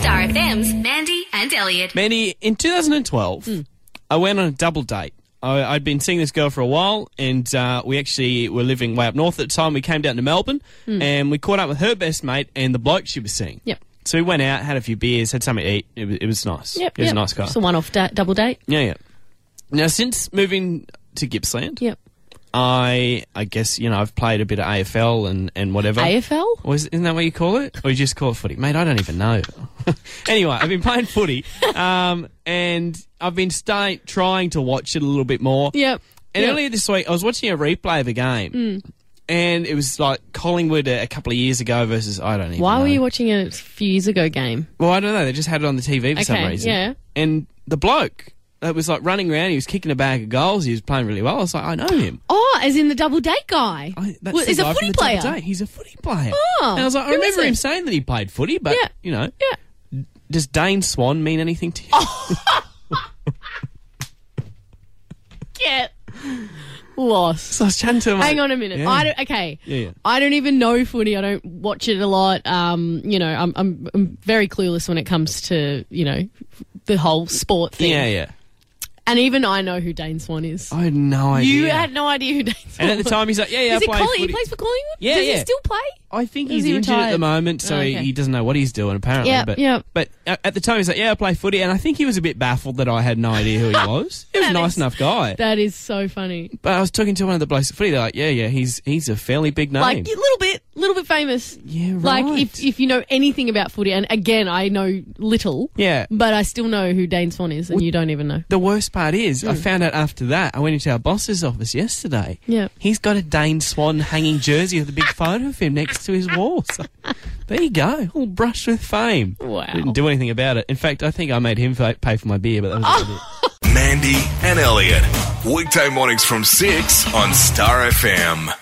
Star FM's Mandy and Elliot. Mandy, in 2012, Hmm. I went on a double date. I, I'd been seeing this girl for a while, and uh, we actually were living way up north at the time. We came down to Melbourne, and we caught up with her best mate and the bloke she was seeing. Hmm. Yep. So we went out, had a few beers, had something to eat. It was, it was nice. Yep. It was yep. a nice guy. Just a one-off da- double date. yeah, yeah. Now, since moving to Gippsland, Yep. I I guess, you know, I've played a bit of AFL and, and whatever. AFL. Or is, isn't that what you call it? Or you just call it footy? Mate, I don't even know. anyway, I've been playing footy um, and I've been start, trying to watch it a little bit more. Yep. And Yep. Mm. earlier this week, I was watching a replay of a game. And it was like Collingwood a, a couple of years ago versus, I don't even Why know. were you watching a few years ago game? Well, I don't know. They just had it on the TV for some Okay, reason. yeah. And the bloke that was like running around, he was kicking a bag of goals, he was playing really well. I was like, I know him. Oh, as in the double date guy. I, Oh, that's Well, the is a guy from footy the Double player. Date. He's a footy player. Oh, and I was like, I who is remember he? him saying that he played footy, but Yeah. you know, Yeah. Oh, does Dane Swan mean anything to you? Yeah. Lost. So I was chatting to him. Hang like- on a minute. Yeah. I don't, okay. Yeah, yeah. I don't even know footy. I don't watch it a lot. Um, you know, I'm, I'm I'm very clueless when it comes to you know the whole sport thing. Yeah, yeah. And even I know who Dane Swan is. I had no idea. you had no idea who Dane Swan. and at the was. time, he's like, yeah, yeah, is I it play Collie? He footy. plays for Collingwood. Yeah, Does he yeah. still play? I think Is he's he injured at the retired? moment, so Oh, he okay. he doesn't know what he's doing apparently. Yep, but yep. but a- at the time, he's like, "Yeah, I play footy," and I think he was a bit baffled that I had no idea who he was. He was a That nice is- enough guy, That is so funny. but I was talking to one of the blokes at footy. They're like, "Yeah, yeah, he's he's a fairly big name." Like a little bit, little bit famous. Yeah, Like right. if if you know anything about footy, and again, I know little. Yeah. But I still know who Dane Swan is, and you don't even know. The worst part is, Hmm. I found out after that. I went into our boss's office yesterday. Yeah. He's got a Dane Swan hanging jersey with a big photo of him next to his wall. So, there you go. All brushed with fame. Wow. Didn't do anything about it. In fact, I think I made him fa- pay for my beer, but that was about it. Mandy and Elliot. Weekday mornings from 6 on Star FM.